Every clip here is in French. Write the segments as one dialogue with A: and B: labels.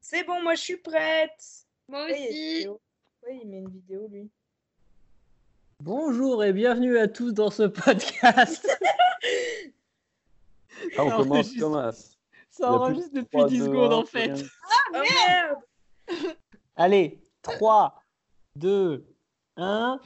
A: C'est bon, moi je suis prête.
B: Moi
A: Ouais, il y a une
B: aussi.
A: vidéo. Ouais, il met une vidéo lui.
C: Bonjour et bienvenue à tous dans ce podcast.
D: Ah, on
C: Non,
D: commence
C: juste-
D: comme as.
C: Ça
D: Il y a plus
C: enregistre
D: de
C: depuis
D: trois,
C: 10
D: deux,
C: secondes
D: un,
C: en
D: plus rien.
C: fait.
A: Ah merde
C: Allez, 3, 2, 1.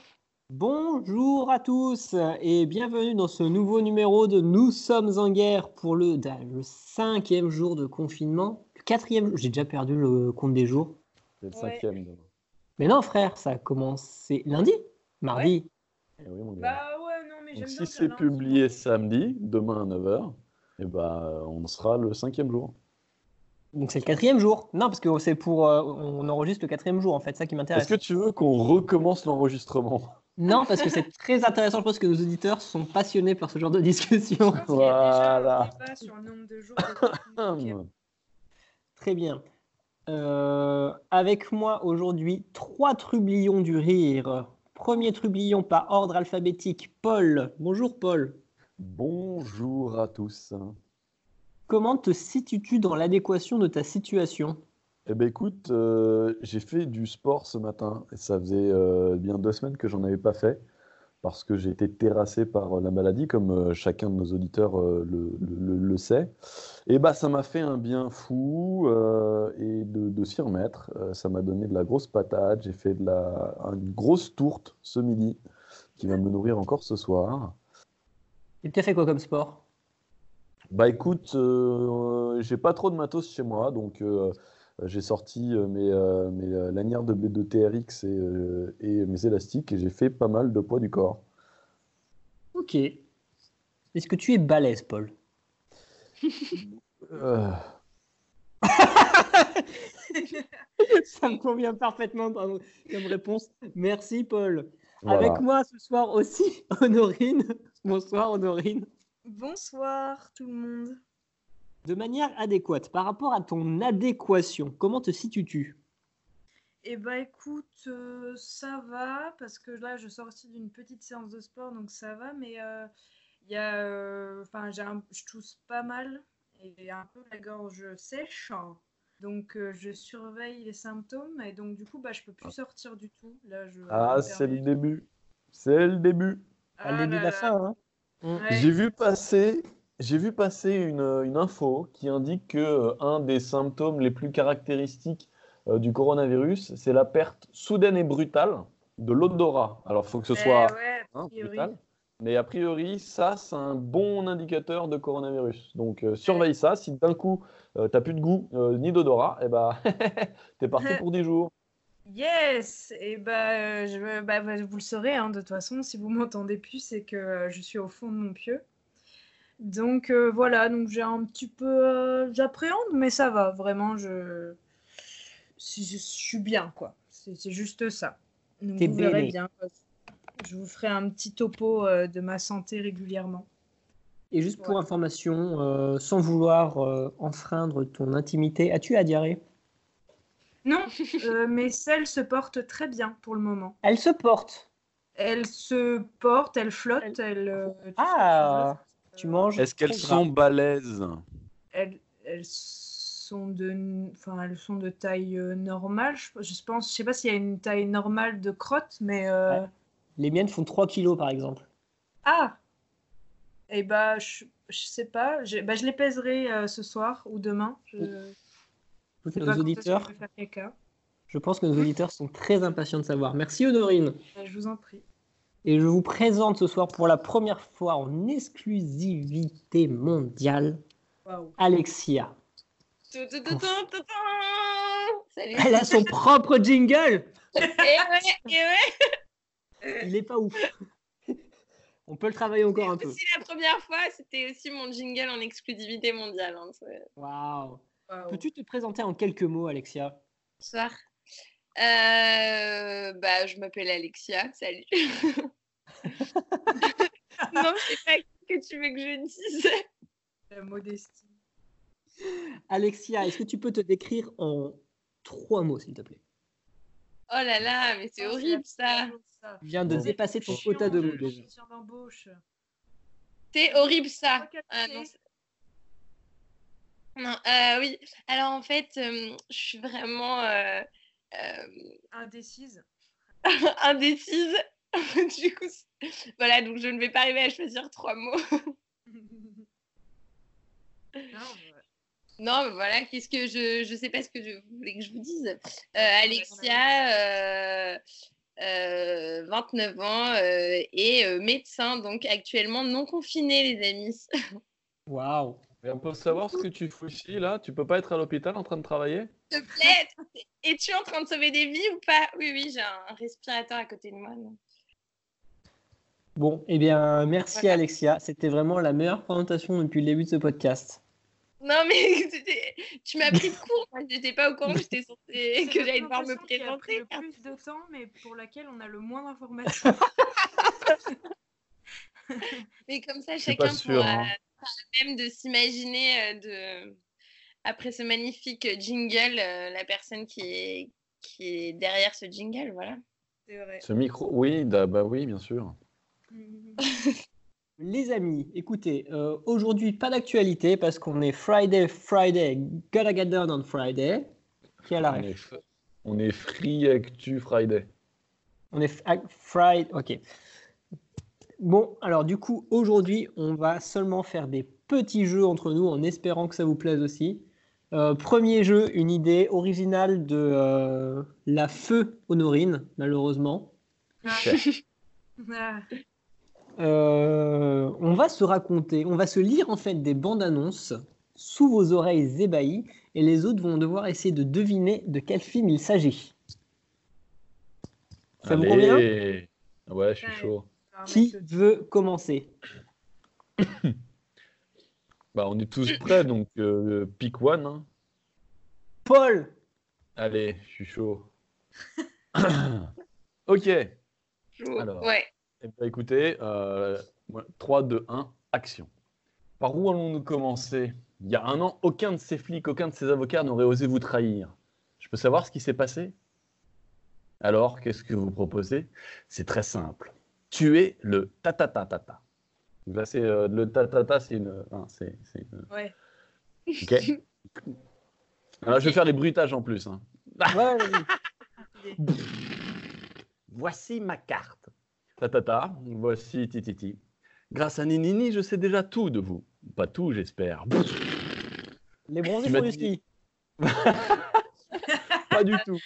C: Bonjour à tous et bienvenue dans ce nouveau numéro de Nous sommes en guerre pour le, da- le cinquième jour de confinement. Le quatrième, j'ai déjà perdu le compte des jours.
D: C'est le
A: Ouais.
D: cinquième demain.
C: Mais non frère, ça a commencé lundi, mardi.
D: Eh oui, mon gars.
A: Bah ouais, non, mais j'aime
D: Donc,
A: bien
D: si
A: faire
D: c'est
A: l'info.
D: publié samedi, demain à 9h, eh ben, euh, on sera le cinquième jour.
C: Donc c'est le quatrième jour. Non, parce que c'est pour... euh, on enregistre le quatrième jour en fait, ça qui
A: Ah,
C: m'intéresse.
D: Est-ce que tu veux qu'on recommence l'enregistrement
C: Non, parce que c'est très intéressant. Je pense que nos auditeurs sont passionnés par ce genre de
A: Je
C: discussion.
A: pense qu'il y a déjà un
D: Voilà.
A: débat sur le nombre de jours. de- euh, Ok.
D: Hum.
C: Très bien. Euh, avec moi aujourd'hui, trois trublions du rire. Premier trublion par ordre alphabétique, Paul. Bonjour Paul.
D: Bonjour à tous.
C: Comment te situes-tu dans l'adéquation de ta situation
D: Eh ben écoute, euh, j'ai fait du sport ce matin et ça faisait euh, bien deux semaines que j'en avais pas fait parce que j'ai été terrassé par euh, la maladie, comme euh, chacun de nos auditeurs euh, le, le- le- le sait. Et bah ça m'a fait un bien fou euh, et de, de s'y remettre. Euh, ça m'a donné de la grosse patate. J'ai fait de la une grosse tourte ce midi qui va me nourrir encore ce soir.
C: Et tu as fait quoi comme sport
D: Bah écoute, euh, j'ai pas trop de matos chez moi, donc euh, j'ai sorti euh, mes, euh, mes, euh, lanières de, de TRX et, euh, et mes élastiques et j'ai fait pas mal de poids du corps.
C: Ok. Est-ce que tu es balèze, Paul
D: Euh,
C: Ça me convient parfaitement pardon, comme réponse. Merci, Paul.
D: voilà.
C: Avec moi ce soir aussi, Honorine. Bonsoir, Honorine.
A: Bonsoir tout le monde.
C: De manière adéquate, par rapport à ton adéquation, comment te situes-tu
A: Eh bah écoute, euh, ça va, parce que là je sors aussi d'une petite séance de sport, donc ça va, mais euh, il y a, euh, enfin, j'ai un- je tousse pas mal et j'ai un peu la gorge sèche. Donc euh, je surveille les symptômes et donc du coup bah, je peux plus sortir du tout. Là, je
D: Ah, c'est ah, le début. C'est le début.
C: À début de la fin, hein
A: Ah Ouais.
D: J'ai vu passer, j'ai vu passer une, euh, une info qui indique que euh, un des symptômes les plus caractéristiques euh, du coronavirus, c'est la perte soudaine et brutale de l'odorat. Alors, faut que ce
A: Eh
D: soit
A: ouais,
D: hein,
A: priori.
D: brutal. Mais a priori, ça, c'est un bon indicateur de coronavirus. Donc, euh, surveille ça. Si d'un coup, tu t'as plus de goût euh, ni d'odorat, eh ben, t'es parti pour 10 jours.
A: Yes, et bah, je, bah, bah, vous le saurez, hein, de toute façon, si vous m'entendez plus, c'est que euh, je suis au fond de mon pieu. Donc euh, voilà, donc j'ai un petit peu, euh, j'appréhende, mais ça va, vraiment, je, si- je, suis bien, quoi. C'est c'est juste ça. Donc,
C: T'es
A: vous verrez
C: belle.
A: bien. quoi. Je vous ferai un petit topo euh, de ma santé régulièrement.
C: Et juste pour
A: Ouais.
C: information, euh, sans vouloir euh, enfreindre ton intimité, as-tu la diarrhée
A: Non, euh, mes selles se portent très bien pour le moment.
C: Elle se porte.
A: Elles se portent, elles flottent, elles. euh, tout ce que tu
C: Ah,
A: veux.
C: Tu manges. trop gras.
D: balèzes
A: elles, elles sont de enfin elles sont de taille euh, normale je, je pense je sais pas s'il y a une taille normale de crotte mais euh,
C: Les miennes font 3 kilos par exemple.
A: ah et bah je, je sais pas je, bah, je les pèserai euh, ce soir ou demain je,
C: Je pense
A: je sais pas
C: que Nos
A: quand est-ce que
C: auditeurs,
A: je vais faire caca.
C: je pense que nos auditeurs sont très impatients de savoir. Merci Honorine.
A: Bah, je vous en prie
C: Et je vous présente ce soir pour la première fois en exclusivité mondiale
A: waouh
C: Alexia.
B: Tout, tout, tout, tout, tout, tout. Salut.
C: Elle a son propre jingle.
B: Eh ouais, eh ouais.
C: Il est pas ouf. On peut le travailler encore un
B: C'est
C: peu.
B: aussi la première fois, c'était aussi mon jingle en exclusivité mondiale. hein, c'est-
C: Waouh.
A: waouh.
C: Peux-tu te présenter en quelques mots, Alexia
B: Bonsoir. Euh, bah, je m'appelle Alexia. Salut. non, je sais pas que tu veux que je dise.
A: la modestie
C: Alexia, est-ce que tu peux te décrire en trois mots, s'il te plaît
B: Oh là là, mais c'est
A: Oh,
B: horrible
A: la
B: ça.
A: pire chose, ça.
C: Tu viens de
D: Bon.
C: dépasser ton
A: Chiant,
C: quota de
A: je-
C: mots
A: je
C: déjà.
A: suis sûre d'embauche
B: Ah, C'est horrible ça.
A: Pas capté.
B: Ah, non, c'est- Non, euh, oui, alors en fait, euh, je suis vraiment euh, euh,
A: Indécise.
B: indécise. du coup, c'est- voilà, donc je ne vais pas arriver à choisir trois mots.
A: Non, euh,
B: Non, mais voilà, qu'est-ce que je je sais pas ce que je voulais que je vous dise. Euh, Alexia, euh, euh, 29 ans euh, et euh, médecin, donc actuellement non confinée, les amis.
C: Waouh
D: Mais on peut savoir ce que tu fous ici, là Tu peux pas être à l'hôpital en train de travailler
B: S'il te plaît, es-tu en train de sauver des vies ou pas Oui, oui, j'ai un respirateur à côté de moi. donc.
C: Bon, eh bien, merci
B: Voilà.
C: Alexia. C'était vraiment la meilleure présentation depuis le début de ce podcast.
B: Non, mais c'était- tu m'as pris de court. Moi, j'étais pas au courant que j'étais censée-
A: c'est
B: que j'allais
A: la
B: devoir me
A: présentation qui a pris
B: présenter. hein.
A: le plus de temps, mais pour laquelle on a le moins d'informations.
B: Mais comme ça,
D: suis
B: chacun
D: pas sûr,
B: pourra
D: hein.
C: euh,
B: par même de s'imaginer euh, de après ce magnifique jingle, euh, la personne qui est qui est derrière ce jingle, voilà.
A: C'est vrai.
D: Ce micro, oui, da- bah oui, bien sûr.
A: Mhm.
C: Les amis, écoutez, euh, aujourd'hui pas d'actualité parce qu'on est Friday, Friday, gotta get down on Friday. Qui a la
D: On
C: ref
D: est, f- on est Free Actu Friday.
C: On est f- ac- Friday, ok. Bon, alors du coup, aujourd'hui, on va seulement faire des petits jeux entre nous en espérant que ça vous plaise aussi. Euh, premier jeu, une idée originale de euh, la feu Honorine, malheureusement.
A: Ah,
C: Euh, on va se raconter, on va se lire en fait des bandes annonces sous vos oreilles ébahies et les autres vont devoir essayer de deviner de quel film il s'agit. Ça vous convient
D: Allez Ouais, je suis
A: Ouais.
D: chaud.
A: enfin,
C: Qui
A: mec, le-
C: veut commencer
D: Bah, on est tous prêts, donc euh, pick one. hein.
C: Paul
D: Allez, je suis chaud. ok. Eh Alors.
B: Ouais.
D: bien, écoutez, euh, moi, 3, 2, 1, action. Par où allons-nous commencer Il y a un an, aucun de ces flics, aucun de ces avocats n'aurait osé vous trahir. Je peux savoir ce qui s'est passé Alors, qu'est-ce que vous proposez C'est très simple. Tuez le ta-ta-ta-ta-ta. Donc Là, c'est euh, le ta-ta-ta, c'est une. enfin, c'est- c'est une-
A: Ouais.
D: Ok. Alors, je vais faire les bruitages en plus. hein.
C: Ouais, vas-y.
D: Voici ma carte. Tatata, voici Tititi. Grâce à Ninini, je sais déjà tout de vous. Pas tout, j'espère. Pff,
C: Les bronzés
D: Tu m'as
C: font du
D: dit-
C: ski.
D: Pas du tout.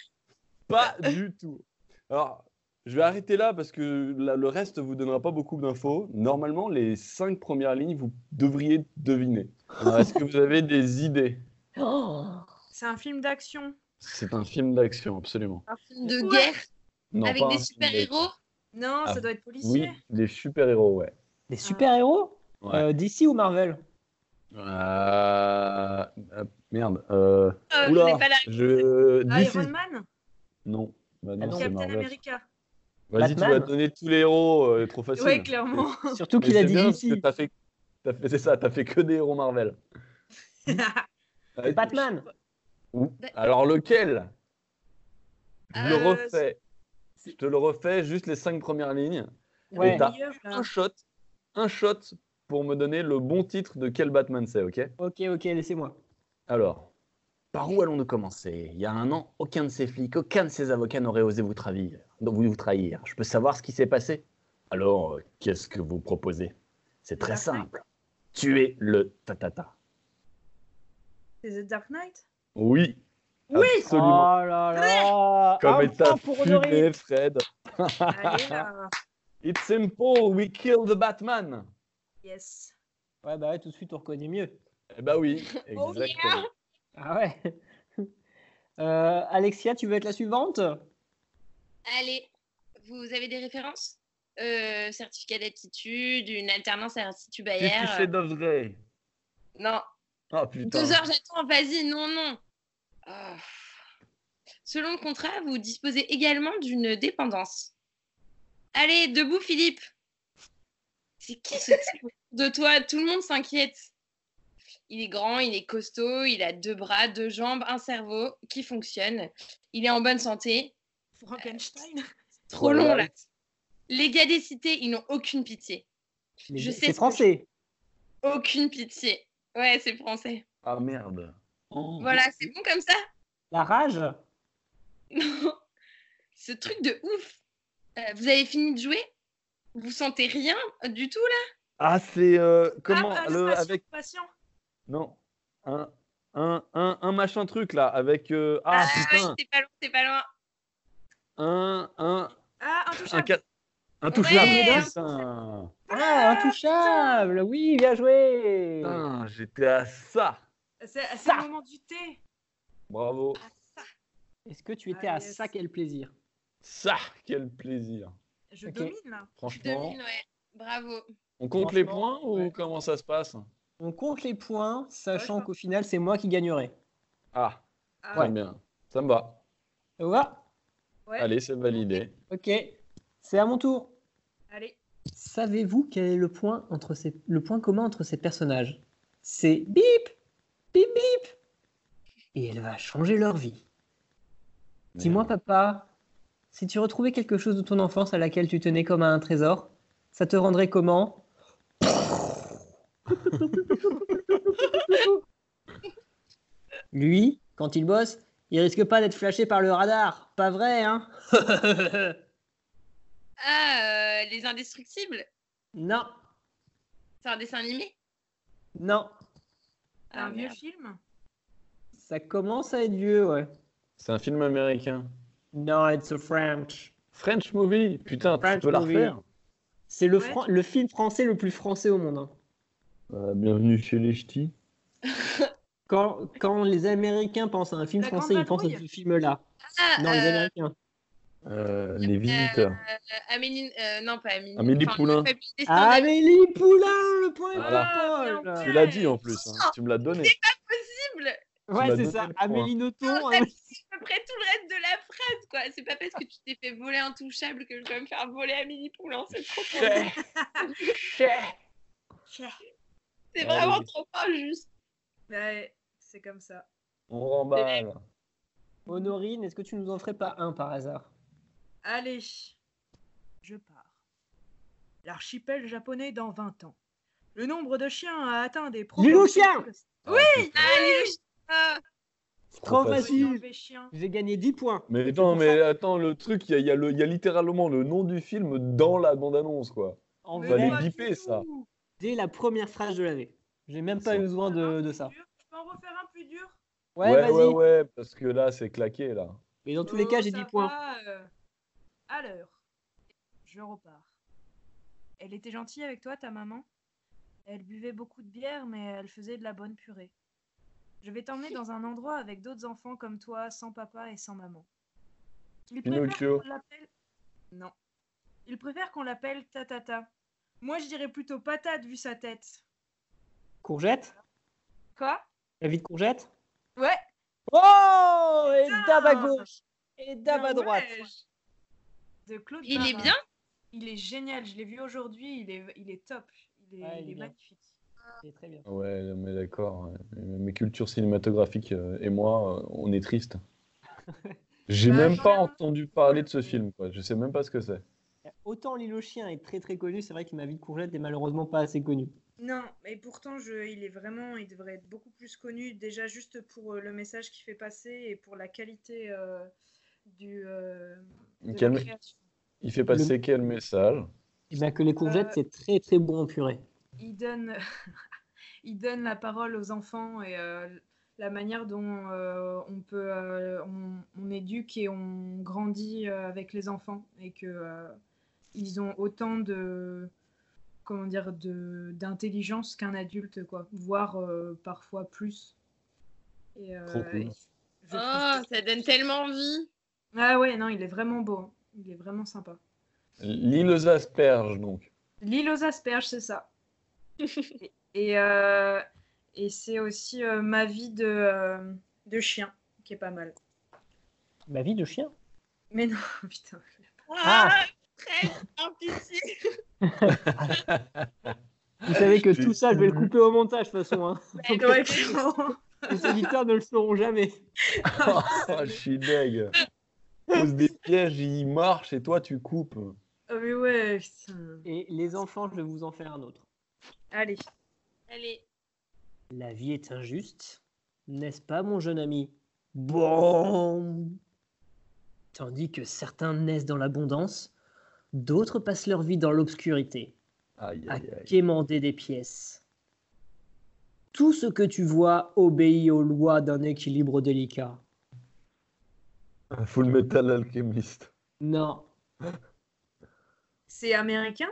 D: Pas du tout. Alors, je vais arrêter là parce que la- le reste vous donnera pas beaucoup d'infos. Normalement, les cinq premières lignes, vous devriez deviner. Alors, Est-ce que vous avez des idées
C: Oh.
A: C'est un film d'action.
D: C'est un film d'action, absolument.
A: Un film
B: De
A: de guerre.
B: guerre
D: Non,
B: Ah, avec
D: pas
B: des
D: un film d'action.
B: super-héros.
A: Non,
D: Ah,
A: ça doit être
D: Oui,
A: policier.
D: des super-héros, ouais.
C: Des super-héros
D: Ouais.
C: Euh, DC ou Marvel
D: Euh, euh, merde. Euh...
B: Euh, je
D: Oula,
B: n'ai pas la-
D: je...
A: Ah,
D: DC.
A: Iron Man
D: Non, bah
C: Ah
D: non,
C: non.
D: c'est
A: Captain
D: Marvel.
A: America.
D: Vas-y, tu
C: Batman.
D: vas te donner tous les héros, euh, trop facile.
A: Ouais, clairement.
C: Surtout
D: Mais
C: qu'il a
D: c'est
C: dit
D: bien parce que
C: DC.
D: t'as fait... t'as fait- C'est ça, t'as fait que des héros Marvel. Ouais.
C: Batman
D: Ou-
A: Bah-
D: Alors lequel Je le
B: Euh,
D: refais. Je te le refais, juste les cinq premières lignes.
C: Ouais,
D: Et t'as
A: Meilleur, là.
D: un shot, un shot pour me donner le bon titre de quel Batman c'est, ok
C: ok, ok, laissez-moi.
D: Alors, par où allons-nous commencer Il y a un an, aucun de ces flics, aucun de ces avocats n'aurait osé vous trahir. Donc vous vous trahir. Je peux savoir ce qui s'est passé Alors, euh, qu'est-ce que vous proposez C'est très
A: Dark Knight.
D: simple. Tuer le tatata.
A: C'est The Dark Knight
D: Oui. Oui. Absolument.
C: Oh là
B: Ah,
C: là
D: Comme
C: Un
D: est
C: point
D: à
C: pour Honorine
D: fumée, Fred.
A: Allez, là.
D: It's simple. We kill the Batman.
A: Yes.
C: Ouais, bah ouais, tout de suite, on reconnaît mieux.
D: Eh ben oui.
B: Oh, yeah.
D: Exactement.
C: Ah ouais. Euh, Alexia, tu veux être la suivante
B: Allez, vous avez des références Euh, Certificat d'aptitude, une alternance à l'Institut
D: Fifty
B: Bayer. euh,
D: Shades of Grey.
B: Non,
D: Oh putain.
B: Deux heures, j'attends, vas-y, non, non. Ah. Selon le contrat, vous disposez également d'une dépendance. Allez, debout, Philippe. C'est qui ce type de toi Tout le monde s'inquiète. Il est grand, il est costaud, il a deux bras, deux jambes, un cerveau qui fonctionne. Il est en bonne santé.
A: Frankenstein
B: Trop
D: Voilà.
B: long, là. Les gars des cités, ils n'ont aucune pitié.
C: Mais
B: Je sais ce
C: C'est
B: que
C: français.
B: Aucune pitié. Ouais, c'est français.
D: Ah merde. Oh.
B: Voilà, c'est bon comme ça
C: La rage
B: Non. Ce truc de ouf. Euh, vous avez fini de jouer Vous sentez rien euh, du tout là
D: Ah, c'est euh, comment
A: Ah, ah, le
D: le-
A: patient,
D: avec
A: patient.
D: non un, un, un, un machin truc là avec euh, ah,
B: ouais,
D: putain
B: C'est pas loin, c'est pas loin.
D: un un
A: Ah,
D: un
A: intouchable.
D: ca- un touche-larme,
B: Ouais.
D: putain.
C: Ah, intouchable Oui, bien joué
B: Ah.
D: Putain, j'étais à ça.
A: C'est c'est
C: Ça.
A: le moment du thé.
D: Bravo.
C: Est-ce que tu étais
A: Ah,
C: à
A: yes.
C: ça quel plaisir
D: Ça, quel plaisir.
A: Je
C: Ok.
A: domine là.
B: Tu
D: Franchement,
B: domines, ouais. Bravo.
D: on compte les
C: Franchement,
D: points ou
C: ouais.
D: comment ça se passe
C: On compte les points, sachant
A: Ouais.
C: qu'au final, c'est moi qui gagnerai.
D: Ah,
A: Ah,
D: très bien. Ça me va.
C: Ça vous va
A: ouais.
D: Allez, c'est validé.
C: Ok, c'est à mon tour.
A: Allez.
C: Savez-vous quel est le point, entre ces- le point commun entre ces personnages C'est bip Bip bip Et elle va changer leur vie. Dis-moi,
D: Merde.
C: papa, si tu retrouvais quelque chose de ton enfance à laquelle tu tenais comme à un trésor, ça te rendrait comment Lui, quand il bosse, il risque pas d'être flashé par le radar. Pas vrai, hein
B: Ah, euh, les indestructibles.
C: Non,
B: C'est un dessin animé.
C: non.
A: C'est un
B: Ah,
A: vieux
B: merde.
A: film.
C: Ça commence à être vieux, ouais.
D: C'est un film américain.
C: Non, it's a French.
D: French movie. Putain,
C: French
D: tu peux la
C: movie.
D: refaire.
C: C'est le,
A: Ouais.
C: fran- le film français le plus français au monde. hein.
D: Euh, bienvenue chez les ch'tis.
C: Quand, quand les Américains pensent à un film
A: La Grande
C: français, ils pensent à
A: Vadrouille
C: ce film-là.
B: Ah,
C: Non, les
B: euh,
C: Américains.
D: Euh, les visiteurs.
B: euh, Amélie, euh, non pas Amélie.
D: Amélie Poulain. Ah,
B: Fabrice Destin-
C: Amélie Poulain, le point est
D: Voilà.
C: pour Paul.
A: Ah,
D: Tu l'as dit en plus. hein. Tu me l'as donné.
B: Impossible.
D: tu
C: Ouais,
D: m'as
C: c'est
D: donné
C: ça.
D: le point.
C: Amélie Nothomb. hein.
B: Non,
C: Am-
B: à peu près tout le reste de la phrase, quoi. C'est pas parce que tu t'es fait voler intouchable que je dois me faire voler Amélie Poulain. C'est trop fort. C'est
D: Ah
B: vraiment
D: oui.
B: trop fort, juste.
A: Ouais, c'est comme ça.
D: On remballe.
C: Honorine, est-ce que tu nous en ferais pas un par hasard
A: Allez, je pars. L'archipel japonais dans 20 ans. Le nombre de chiens a atteint des
C: chien
D: Oui.
B: Allez, je- ah,
C: C'est trop
D: Trop facile.
C: facile.
A: Mauvais chien.
C: J'ai gagné 10 points.
D: Mais
C: C'est
D: non,
C: pour
D: mais attends, le truc, il y a, il y a le- il y a littéralement le nom du film dans la bande-annonce, quoi.
C: En
A: Mais
D: Fallait
C: vrai,
A: pas du
D: bipper, ça.
A: tout.
C: dès la première phrase, je l'avais. J'ai même pas
D: C'est-
C: eu
A: Ah.
C: besoin de, de
A: Plus
C: ça.
A: dur. Je peux en refaire un plus dur
C: Ouais,
D: ouais,
C: vas-y.
D: ouais, ouais, parce que là, c'est claqué, là.
C: Mais dans tous les cas, j'ai 10 points.
A: euh, à l'heure, je repars. Elle était gentille avec toi, ta maman. Elle buvait beaucoup de bière, mais elle faisait de la bonne purée. Je vais t'emmener dans un endroit avec d'autres enfants comme toi, sans papa et sans maman. Ils préfèrent
D: Pinocchio.
A: qu'on l'appelle... Non. Ils préfèrent qu'on l'appelle Tatata. Moi, je dirais plutôt patate vu sa tête.
C: Courgette
A: Quoi
C: La vie de courgette
A: Ouais.
C: Oh Et dab à
A: Putain.
C: gauche Et dab à
A: Bien
C: droite
A: wesh. Ah De Claude
B: il est
A: Barra.
B: bien.
A: Il est génial, je l'ai vu aujourd'hui, il est, il est top, il est,
C: Ouais,
A: il
C: il
A: est
C: est bien.
A: magnifique.
C: C'est très bien.
D: Ouais, mais d'accord. ouais. Mes cultures cinématographiques euh, et moi, euh, on est tristes.
C: Ah,
D: J'ai
A: Bah,
D: même
A: quand
D: pas
A: même.
D: entendu parler de ce film, quoi. Je sais même pas ce que c'est.
C: Autant l'île aux chiens est très très connu, c'est vrai que ma vie de courgette est malheureusement pas assez connue.
A: Non, mais pourtant, je, il est vraiment, il devrait être beaucoup plus connu, déjà juste pour euh, le message qu'il fait passer et pour la qualité euh, du. euh, de la
D: Calme-
A: création.
D: Il fait passer quel message
C: Et Eh bien que les courgettes,
A: Euh,
C: c'est très très bon en purée.
A: Il donne, il donne la parole aux enfants et euh, la manière dont euh, on peut, euh, on, on éduque et on grandit euh, avec les enfants et que euh, ils ont autant de, comment dire, de d'intelligence qu'un adulte quoi, voire euh, parfois plus. Et, euh,
D: Trop cool.
A: et
D: Ah,
A: je trouve
B: Oh,
A: que-
B: ça donne tellement envie.
A: Ah ouais, non, il est vraiment beau, hein. il est vraiment sympa.
D: L'île aux asperges, donc.
A: L'île aux asperges, c'est ça. et et, euh, et c'est aussi euh, ma vie de, euh, de chien, qui est pas mal.
C: Ma vie de chien
A: Mais non, putain.
B: Ah, très difficile.
C: Vous savez que
D: Je-
C: tout ça, je vais le couper au montage de toute façon. hein.
B: Ouais,
A: Ouais, clairement.
C: Les auditeurs ne le sauront jamais.
D: Oh, je suis deg. Pose des pièges, il marche et toi, tu coupes.
A: Ah, mais ouais, putain.
C: Et les enfants, je vais vous en faire un autre.
A: Allez,
B: Allez,
C: La vie est injuste, n'est-ce pas, mon jeune ami Bon Tandis que certains naissent dans l'abondance, d'autres passent leur vie dans l'obscurité,
D: Aïe,
C: à
D: aïe, aïe.
C: quémander des pièces. Tout ce que tu vois obéit aux lois d'un équilibre délicat.
D: Un Full Metal Alchemist.
C: Non,
A: C'est américain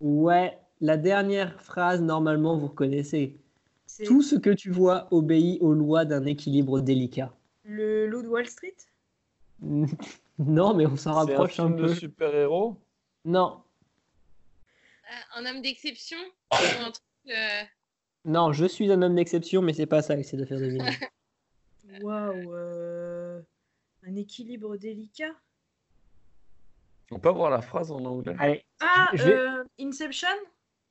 C: ouais, la dernière phrase, normalement, vous connaissez.
A: C'est
C: Tout ce que tu vois obéit aux lois d'un équilibre délicat.
A: le loup de Wall Street
C: Non, mais on s'en rapproche un, peu.
D: super-héros
C: Non,
B: Ah, un homme d'exception ou un truc, euh,
C: non, je suis un homme d'exception, mais c'est pas ça que c'est de faire deviner.
A: Waouh euh, Un équilibre délicat
D: On peut avoir la phrase en anglais
C: Allez,
A: Ah
C: Je vais-
A: euh, Inception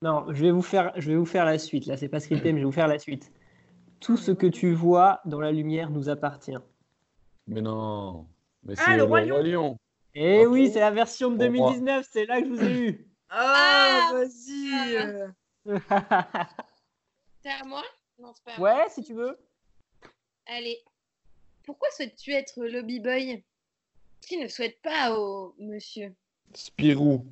C: non, je vais vous faire, je vais vous faire la suite. Là, c'est pas scripté, mais je vais vous faire la suite. Tout ce que tu vois dans la lumière nous appartient.
D: Mais non. Mais
A: Ah,
D: c'est
A: le Roi Lion.
D: Lion.
C: Eh
D: Ah
C: oui,
D: bon
C: c'est la version de
D: Pour moi.
C: 2019, c'est là que je vous ai eu.
A: Ah,
B: Ah
A: vas-y
B: Ah.
A: euh.
B: C'est à moi Non, c'est pas à moi.
C: ouais, si tu veux.
B: Allez. Pourquoi souhaites-tu être lobby boy Qui ne souhaite pas au monsieur
D: Spirou.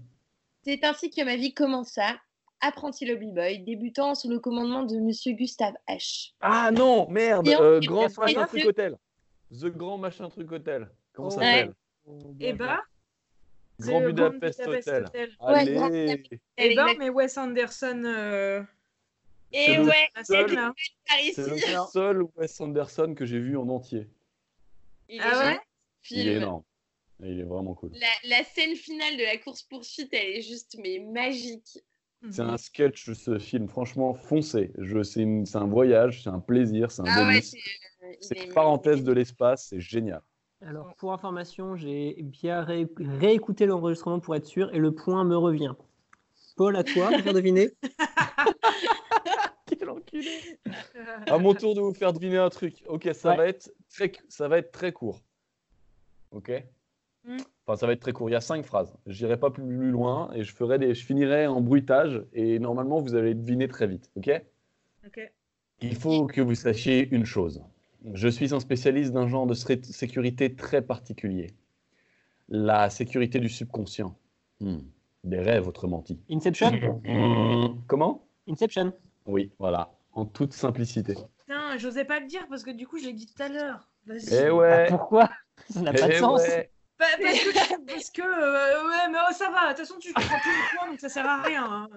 B: C'est ainsi que ma vie commença. Apprenti lobby boy, débutant sous le commandement de monsieur Gustave H.
D: Ah non, merde
B: Et on-
D: euh,
B: et
D: Grand
B: on-
D: machin
B: et-
D: truc hôtel. The Grand machin truc hôtel. Comment ça
C: Oh,
D: s'appelle
A: Eh
D: ben,
A: bah,
D: Grand
A: le
D: Budapest Hotel.
B: Ouais, Grand
D: Allez
A: Eh ben,
B: Exact.
A: mais Wes Anderson, euh,
B: Et
D: le-
B: ouais,
A: la
D: Seul.
A: scène, là.
B: par ici.
D: C'est le seul Wes Anderson que j'ai vu en entier.
B: Il est
A: Ah ouais
B: génial, ce
D: Il est
B: film. Mhm.
D: énorme. Il est vraiment cool.
B: La, la scène finale de la course-poursuite, elle est juste mais magique.
D: C'est un sketch ce film, franchement foncez. Je, c'est, une- c'est un voyage, c'est un plaisir, c'est un
B: Ah ouais,
D: délice.
B: c'est euh, il
D: c'est
B: est-
D: une parenthèse de l'espace, c'est génial.
C: Alors, pour information, j'ai bien ré- réécouté l'enregistrement pour être sûr et le point me revient. Paul, à toi, pour faire deviner.
D: Quel enculé À mon tour de vous faire deviner un truc. Ok, ça
C: Ouais.
D: va être très, ça va être très court. Ok.
A: Hmm.
D: Enfin, ça va être très court. Il y a cinq phrases. J'irai pas plus, plus loin et je ferai des, je finirai en bruitage et normalement vous allez deviner très vite. Ok.
A: Ok.
D: Il faut que vous sachiez une chose. Je suis un spécialiste d'un genre de sé- sécurité très particulier. La sécurité du subconscient. Hmm. Des rêves autrement dit.
C: Inception Hmm.
D: Comment
C: Inception.
D: Oui, voilà. En toute simplicité.
A: Putain, j'osais pas le dire parce que du coup, je l'ai dit tout à l'heure. Vas-y.
D: Eh
C: Bah,
D: ouais
C: pourquoi Ça n'a pas de
D: Eh
C: sens.
D: ouais.
A: Pa- parce que, parce que euh, ouais, mais oh, ça va. De toute façon, tu prends tous les points, donc ça sert à rien. hein.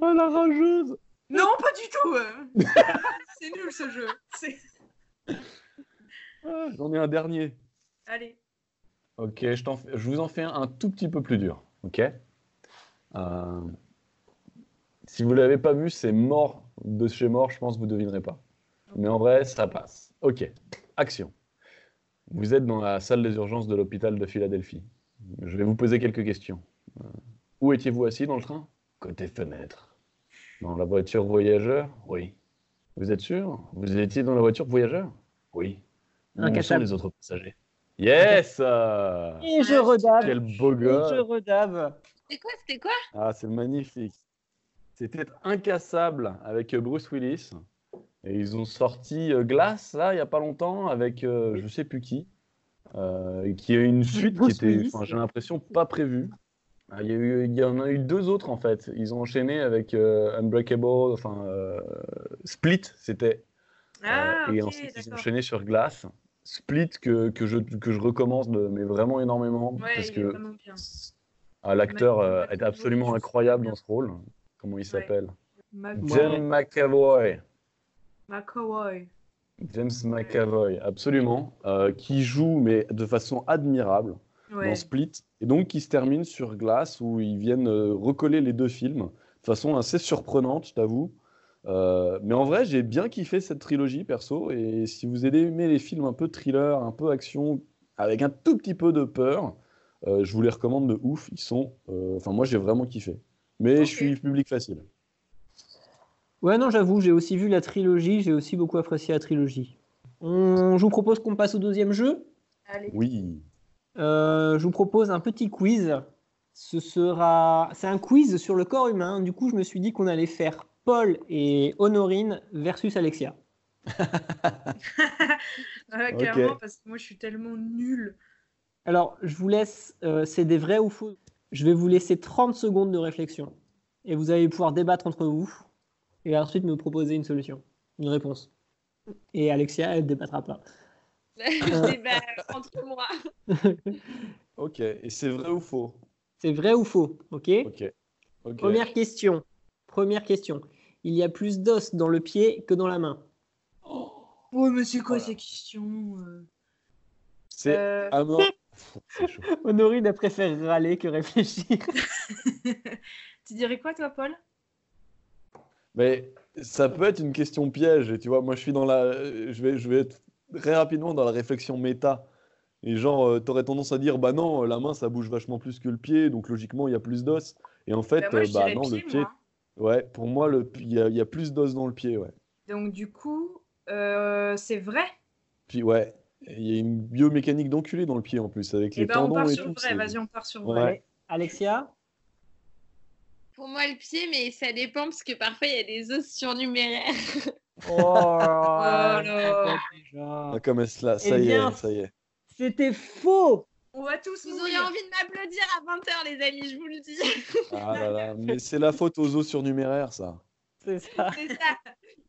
D: Oh la rageuse
A: Non, pas du tout. euh. C'est nul ce jeu. C'est-
D: Ah, J'en ai un dernier.
A: Allez.
D: Ok, je, t'en fais- je vous en fais un, un tout petit peu plus dur. Ok Euh, Si vous l'avez pas vu, c'est mort de chez mort, je pense que vous devinerez pas. Mais en vrai, ça passe. Ok, action. Vous êtes dans la salle des urgences de l'hôpital de Philadelphie. Je vais vous poser quelques questions. Euh, Où étiez-vous assis dans le train Côté fenêtre. Dans la voiture voyageur Oui. Vous êtes sûr Vous étiez dans la voiture voyageur Oui. Où sont
C: Incassable.
D: les autres passagers Yes euh,
C: Et je redave.
D: Quel beau
C: Et je
D: gosse
C: redave.
B: C'était quoi C'était quoi
D: Ah, c'est magnifique. C'était Incassable avec euh, Bruce Willis. Et ils ont sorti euh, Glace, là, il n'y a pas longtemps, avec euh, je sais plus qui. euh, qui a eu une suite qui
C: Bruce
D: était,
C: Willis.
D: enfin, j'ai l'impression, pas prévue. Ah, Il y, a eu- il y en a eu deux autres, en fait. Ils ont enchaîné avec euh, Unbreakable, enfin, euh, Split, c'était
A: Ah,
D: euh, et
A: ok,
D: ensuite, ils ont
A: d'accord.
D: enchaîné sur glace. Split que, que, je, que je recommence, de- mais vraiment énormément.
A: Ouais,
D: parce
A: il est
D: que
A: vraiment bien.
D: ah, l'acteur
A: Matt-
D: euh,
A: Matt
D: est
A: Bomer, je
D: absolument
A: trouve
D: incroyable
A: bien.
D: dans ce rôle. Comment il s'appelle
A: Ma-
D: James McAvoy.
A: McAvoy.
D: James McAvoy, absolument. euh, qui joue, mais de façon admirable
A: Ouais.
D: dans Split. Et donc, qui se termine sur glace où ils viennent euh, recoller les deux films. De façon assez surprenante, je t'avoue. Euh, mais en vrai, j'ai bien kiffé cette trilogie perso. Et si vous aimez les films un peu thriller, un peu action, avec un tout petit peu de peur, euh, je vous les recommande de ouf. Ils sont. euh, Enfin, moi, j'ai vraiment kiffé. Mais
A: Ok.
D: je suis public facile.
C: Ouais, non, j'avoue, j'ai aussi vu la trilogie, j'ai aussi beaucoup apprécié la trilogie. On- Je vous propose qu'on passe au deuxième jeu.
B: Allez.
D: Oui.
C: Euh, je vous propose un petit quiz. Ce sera, c'est un quiz sur le corps humain. Du coup, je me suis dit qu'on allait faire Paul et Honorine versus Alexia.
A: Ouais,
D: Ok.
A: clairement, parce que moi, je suis tellement nulle.
C: Alors, je vous laisse, euh, c'est des vrais ou faux. Je vais vous laisser 30 secondes de réflexion et vous allez pouvoir débattre entre vous et ensuite me proposer une solution, une réponse. Et Alexia, elle débattra pas.
B: Je débat entre moi.
D: Ok, et c'est vrai ou faux
C: C'est vrai ou faux, ok
D: Ok. Ok.
C: Première question. Première question. Il y a plus d'os dans le pied que dans la main.
A: Ouais, mais c'est quoi
D: Voilà.
A: ces questions euh
D: C'est
A: Euh,
D: à mort. Pff, c'est chaud.
C: Honorine, elle préfère râler que réfléchir.
A: Tu dirais quoi, toi, Paul
D: Mais ça peut être une question piège. et Tu vois, moi, je suis dans la. euh, Je vais, je vais être très rapidement dans la réflexion méta. Et genre, euh, t'aurais tendance à dire, bah non, la main, ça bouge vachement plus que le pied, donc logiquement, il y a plus d'os. Et en fait,
A: Bah, Moi,
D: euh,
A: je
D: bah
A: dirais
D: non,
A: pied,
D: le pied.
A: moi.
D: Ouais, pour moi, le pi- il y, a- il y a plus d'os dans le pied, ouais.
A: Donc, du coup, euh, c'est vrai.
D: Puis ouais, il y a une biomécanique d'enculé dans le pied en plus, avec
A: Et
D: les
A: ben, on
D: tendons
A: part
D: et
A: sur
D: tout.
A: vrai.
D: c'est-
A: Vas-y, on part sur
D: Ouais.
A: vrai.
C: Alexia
B: Pour moi, le pied, mais ça dépend parce que parfois, il y a des os surnuméraires.
C: Oh
A: là là.
D: Ah, comme elle se la-
C: Eh
D: ça y
C: bien,
D: est, ça y est.
C: C'était faux
A: On va tous
B: Vous auriez
A: mourir.
B: envie de m'applaudir à 20h, les amis, je vous le dis.
D: Ah là là, mais c'est la faute aux os surnuméraires, ça.
C: C'est ça.
B: C'est ça.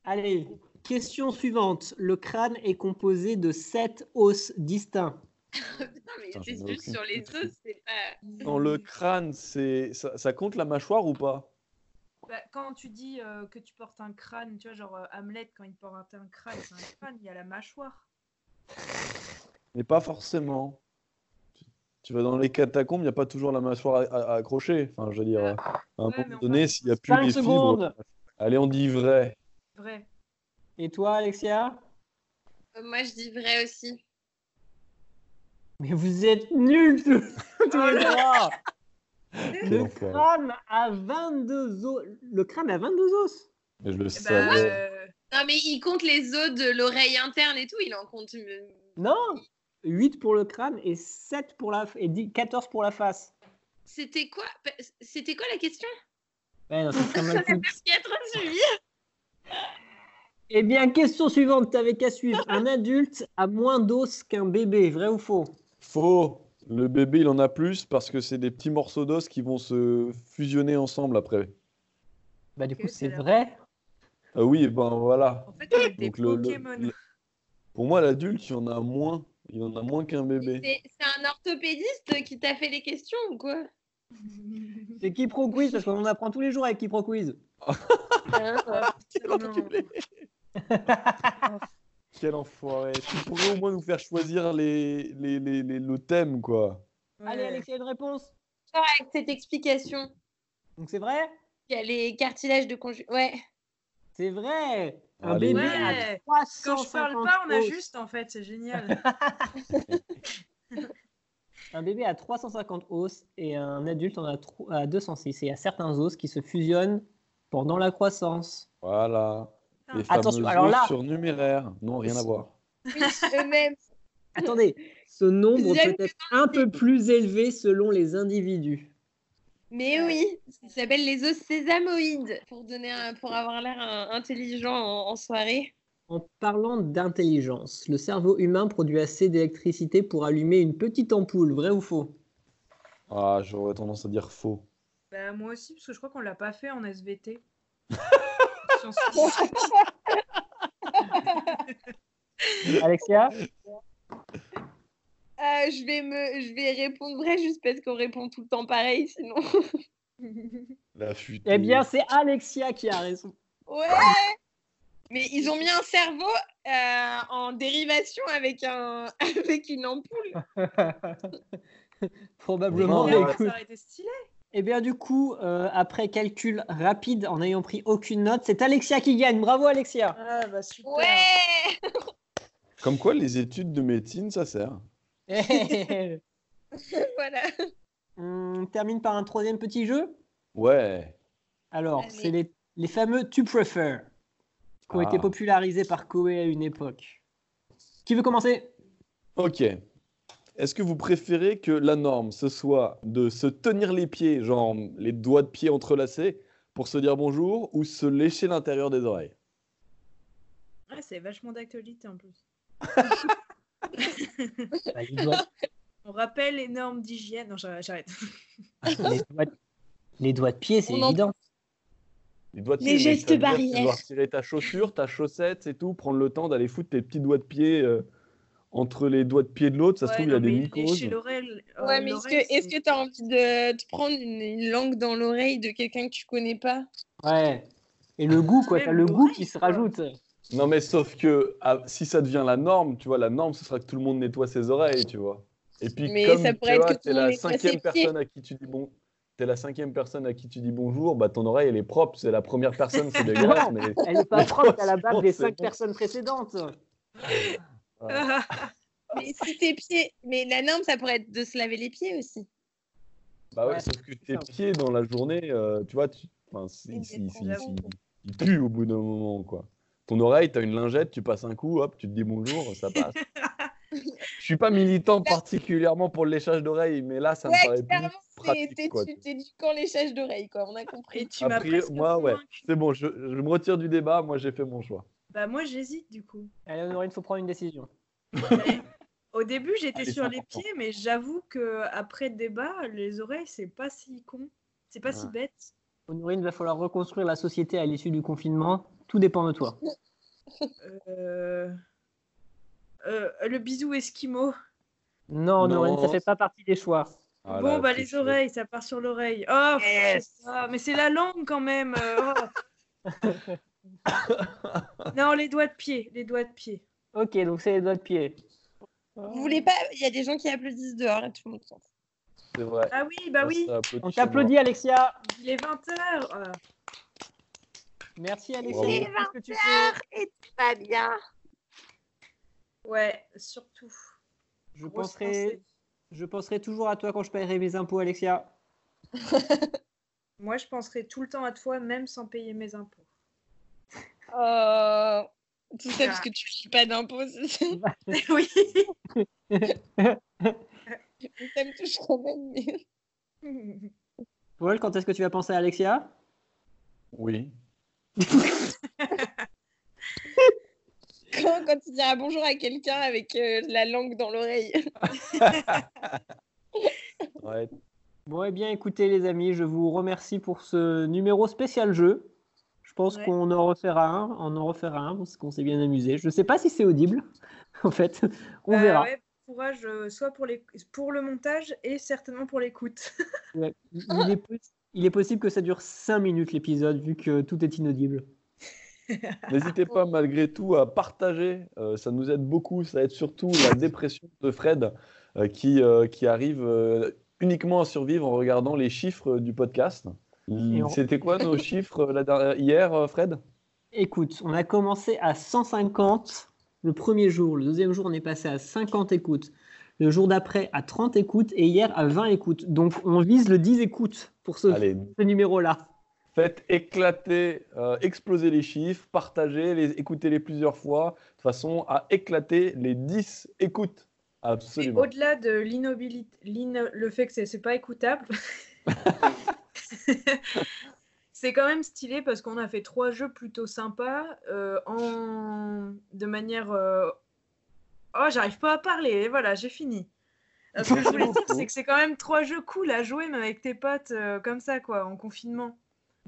C: Allez, question suivante. Le crâne est composé de sept os distincts.
B: Putain, mais
D: Putain,
B: c'est
D: j'en ai
B: juste
D: aucune
B: sur les os, c'est pas.
D: Dans le crâne, c'est ça, ça compte la mâchoire ou pas
A: Bah, quand tu dis euh, que tu portes un crâne, tu vois, genre euh, Hamlet, quand il porte un crâne, c'est un crâne, il y a la mâchoire.
D: Mais pas forcément. Tu- Tu vas dans les catacombes, il n'y a pas toujours la mâchoire à- à- accrochée. Enfin, je veux dire,
A: Euh,
D: à un
A: ouais, mais
D: moment
A: on
D: donné,
A: parle-
D: s'il n'y a plus
C: 5
D: les fibres,
C: secondes
D: allez, on dit vrai.
A: Vrai.
C: Et toi, Alexia
B: Euh, Moi, je dis vrai aussi.
C: Mais vous êtes nuls tous, tous les
A: Eh
C: trois
D: Quel
C: Le
D: enfoiré.
C: crâne a 22 os. Le crâne a 22 os
D: Et je le
A: Eh ben,
D: savais.
A: euh,
B: Non, mais il compte les os de l'oreille interne et tout, il en compte. euh,
C: Non 8 pour le crâne et 7 pour la et 10 14 pour la face.
B: C'était quoi C'était quoi la question
C: Ouais, non, c'est quand même fou.
B: Parce qu'il y a trop de suivi.
C: eh bien, question suivante, t'avais qu'à suivre. Un adulte a moins d'os qu'un bébé, vrai ou faux
D: Faux. Le bébé, il en a plus parce que c'est des petits morceaux d'os qui vont se fusionner ensemble après.
C: Bah du
A: Que
C: coup, c'est
A: dalle.
C: vrai.
D: Ah oui, ben voilà.
A: en fait, on est des
D: Donc le- le-
A: Pokémon.
D: le- pour moi, l'adulte, il y en a moins. Il y en a moins qu'un bébé.
B: C'est c'est un orthopédiste qui t'a fait les questions ou quoi
C: C'est qui pro quiz parce qu'on en apprend tous les jours avec qui pro quiz.
B: Hein,
D: Quel enculé Quel enfoiré Tu pourrais au moins nous faire choisir les, les, les, les- le thème, quoi.
A: Ouais.
C: Allez, Alexia, une réponse.
B: Avec cette explication,
C: Donc c'est vrai
B: il y a les cartilages de conju... Ouais.
C: C'est vrai. Un
D: Allez.
C: bébé a
A: Ouais. Quand
C: 350
A: je parle pas, on
C: os.
A: ajuste en fait, c'est génial.
C: Un bébé a 350 os et un adulte en a, tro- a 206. Et il y a certains os qui se fusionnent pendant la croissance.
D: Voilà. Les
A: Putain.
D: fameux
C: Attention, alors là-
D: os surnuméraires. Non, rien à voir.
B: Oui, eux-mêmes.
C: Attendez, ce nombre
B: J'aime
C: peut être un peu plus élevé selon les individus.
B: Mais oui, ils s'appellent les os sésamoïdes pour, donner un- pour avoir l'air euh, intelligent en, en soirée.
C: En parlant d'intelligence, le cerveau humain produit assez d'électricité pour allumer une petite ampoule, vrai ou faux
D: Ah, j'aurais tendance à dire faux.
A: Bah, moi aussi, parce que je crois qu'on l'a pas fait en SVT. Science-
C: Alexia
B: Euh, je, vais me, je vais répondre vrai juste parce qu'on répond tout le temps pareil sinon.
D: La fuite.
C: Eh bien, c'est Alexia qui a raison.
B: Ouais Mais ils ont mis un cerveau euh, en dérivation avec, un, avec une ampoule.
C: Probablement.
D: Non,
A: Regarde,
D: mais
A: bah, ça aurait été stylé.
C: Eh bien, du coup, euh, après calcul rapide, en n'ayant pris aucune note, c'est Alexia qui gagne. Bravo, Alexia
A: Ah, bah super.
B: Ouais
D: Comme quoi, les études de médecine, ça sert.
C: Eh,
B: Voilà.
C: On termine par un troisième petit jeu.
D: Ouais.
C: Alors,
B: Allez.
C: c'est les, les fameux Tu Prefer qui ont
D: Ah.
C: été popularisés par Koé à une époque. Qui veut commencer
D: Ok. Est-ce que vous préférez que la norme, ce soit de se tenir les pieds, genre les doigts de pied entrelacés, pour se dire bonjour ou se lécher l'intérieur des oreilles.
A: Ouais, c'est vachement d'actualité en plus.
C: Bah, les, doigts,
A: On rappelle les normes d'hygiène. Non, j'arrête. j'arrête.
C: les, doigts, les doigts de pied, c'est
B: On en-
C: évident.
D: Les, doigts de
B: Les
D: pied, mais
B: gestes
D: ça veut dire
B: barrières.
D: Pouvoir tirer ta chaussure, ta chaussette, c'est tout. Prendre le temps d'aller foutre tes petits doigts de pied euh, entre les doigts de pied de l'autre. Ça se
A: Ouais,
D: trouve, il
A: non,
D: a des
A: mais
D: mycoses.
A: lécher l'oreille. euh,
B: Ouais, mais est-ce
A: l'oreille,
B: que est-ce
A: c'est-
B: que t'as envie de te prendre une, une langue dans l'oreille de quelqu'un que tu connais pas
C: Ouais. Et le goût, quoi.
A: Ouais,
C: T'as le goût qui
A: l'oreille,
C: se
A: quoi.
C: rajoute.
D: Non, mais sauf que ah, si ça devient la norme, tu vois, la norme, ce sera que tout le monde nettoie ses oreilles, tu vois. Et puis,
B: Mais
D: comme
B: ça
D: tu
B: pourrait être
D: vois,
B: que tout
D: t'es
B: le
D: la
B: monde nettoie ses
D: cinquième
B: pieds.
D: personne à qui tu dis bon, t'es la cinquième personne à qui tu dis bonjour, bah ton oreille elle est propre, c'est la première personne, c'est dégueulasse, mais
C: Elle n'est pas propre à la
D: Franchement,
C: base des
D: c'est
C: cinq
D: bon.
C: personnes précédentes.
A: Ah,
B: Mais
A: Oh,
B: si tes pieds, mais la norme ça pourrait être de se laver les pieds aussi.
D: bah ouais,
C: Ouais.
D: sauf que tes pieds dans la journée, euh, tu vois, tu, enfin, c'est-
B: Il
D: c'est-
B: est
D: c'est-
B: trop
D: c'est-
B: long.
D: il pue au bout d'un moment, quoi. Ton oreille, t'as une lingette, tu passes un coup, hop, tu te dis bonjour, ça passe. Je suis pas militant particulièrement pour le léchage d'oreilles, mais là, ça me
B: Bah, ouais,
D: paraît plus
B: clairement, c'est
D: pratique,
B: t'es-
D: quoi.
B: tu- t'es du camp léchage d'oreille quoi. On a compris.
A: Et tu m'as
D: Après,
A: presque
D: moi, ouais.
A: convaincu.
D: C'est bon, je, je me retire du débat. Moi, j'ai fait mon choix.
A: Bah moi j'hésite du coup.
C: Allez, Honorine, il faut prendre une décision.
A: Au début j'étais
D: Allez,
A: sur les
D: 50%.
A: pieds, mais j'avoue que après le débat, les oreilles c'est pas si con, c'est pas si
D: Ouais.
A: bête.
C: Honorine, va falloir reconstruire la société à l'issue du confinement. Tout dépend de toi.
A: Euh, euh, le bisou esquimau.
C: Non, Honorine, ça
D: Non.
C: fait pas partie des choix.
D: Ah
A: bon
D: là,
A: bah
D: c'est
A: les
D: chaud.
A: oreilles, ça part sur l'oreille. Oh, pff,
C: Yes.
A: ah, mais c'est la langue quand même. euh, oh. non les doigts de pied, les doigts de pied.
C: Ok, donc c'est les doigts de pied.
B: Vous voulez pas Il y a des gens qui applaudissent dehors et tout le monde s'en fout.
D: C'est vrai.
A: Ah oui bah oui,
D: Ça, ça applaudit
C: On
D: chez moi.
C: t'applaudit, Alexia.
A: il est Euh, 20 h
C: Merci, Alexia.
D: Bravo.
C: Qu'est-ce que tu fais
B: Pas bien.
A: Ouais surtout.
C: je
A: Grosse
C: penserai,
A: pensée.
C: je penserai toujours à toi quand je paierai mes impôts, Alexia.
A: Moi je penserai tout le temps à toi même sans payer mes impôts.
B: Euh, tout
A: Ah.
B: ça parce que tu payes pas d'impôts. c'est ça.
A: oui.
B: ça me touche quand même. mais-
C: Paul, quand est-ce que tu vas penser à Alexia
D: Oui.
B: Quand, quand tu diras bonjour à quelqu'un avec euh, la langue dans l'oreille.
D: Ouais.
C: Bon, eh bien, écoutez, les amis, je vous remercie pour ce numéro spécial jeu. Je pense
A: Ouais.
C: qu'on en refera un, on en refera un, parce qu'on s'est bien amusé. Je ne sais pas si c'est audible, en fait. On
A: Bah
C: verra.
A: ouais, courage, euh, soit pour, les, pour le montage et certainement pour l'écoute.
C: Ouais. Il, il est possi- il est possible que ça dure 5 minutes l'épisode, vu que tout est inaudible.
D: N'hésitez pas malgré tout à partager. euh, ça nous aide beaucoup. Ça aide surtout la dépression de Fred euh, qui, euh, qui arrive euh, uniquement à survivre en regardant les chiffres du podcast.
C: on-
D: C'était quoi nos chiffres euh, la dernière- hier, euh, Fred
C: Écoute, on a commencé à 150 le premier jour. Le deuxième jour, on est passé à 50 écoutes. Le jour d'après, à 30 écoutes. Et hier, à 20 écoutes. Donc, on vise le 10 écoutes pour ce,
D: Allez,
C: ce numéro-là.
D: Faites éclater, euh, exploser les chiffres, partagez, les, écoutez-les plusieurs fois, de façon à éclater les 10 écoutes.
A: Et
D: Absolument.
A: Au-delà de l'innobilité, l'ino- le fait que c'est- c'est pas écoutable, c'est quand même stylé parce qu'on a fait trois jeux plutôt sympas euh, en... de manière. euh, Oh, j'arrive pas à parler, et voilà, j'ai fini. Euh, Ce que je voulais dire, c'est que c'est quand même trois jeux cool à jouer, même avec tes potes, euh, comme ça, quoi, en confinement.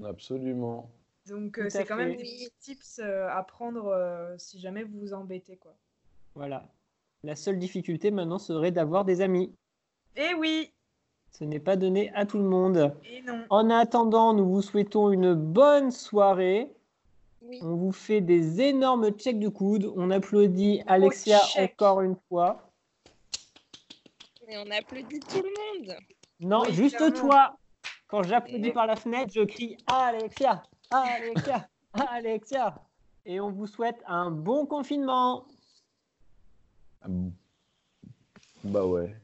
D: Absolument.
A: Donc,
C: Tout
A: euh,
C: à
A: c'est quand même
C: fait.
A: des petits tips euh, à prendre euh, si jamais vous vous embêtez, quoi.
C: Voilà. La seule difficulté maintenant serait d'avoir des amis.
A: Eh oui,
C: Ce n'est pas donné à tout le monde.
A: et non.
C: En attendant, nous vous souhaitons une bonne soirée.
B: Oui.
C: On vous fait des énormes checks du coude. On applaudit Alexia
A: check.
C: encore une fois.
B: Mais on applaudit tout le monde.
C: Non,
A: Oui,
C: juste
A: clairement.
C: toi. Quand j'applaudis
B: Et-
C: par la fenêtre, je crie Alexia, Alexia, Alexia. Et on vous souhaite un bon confinement.
D: Ah bon. Bah ouais.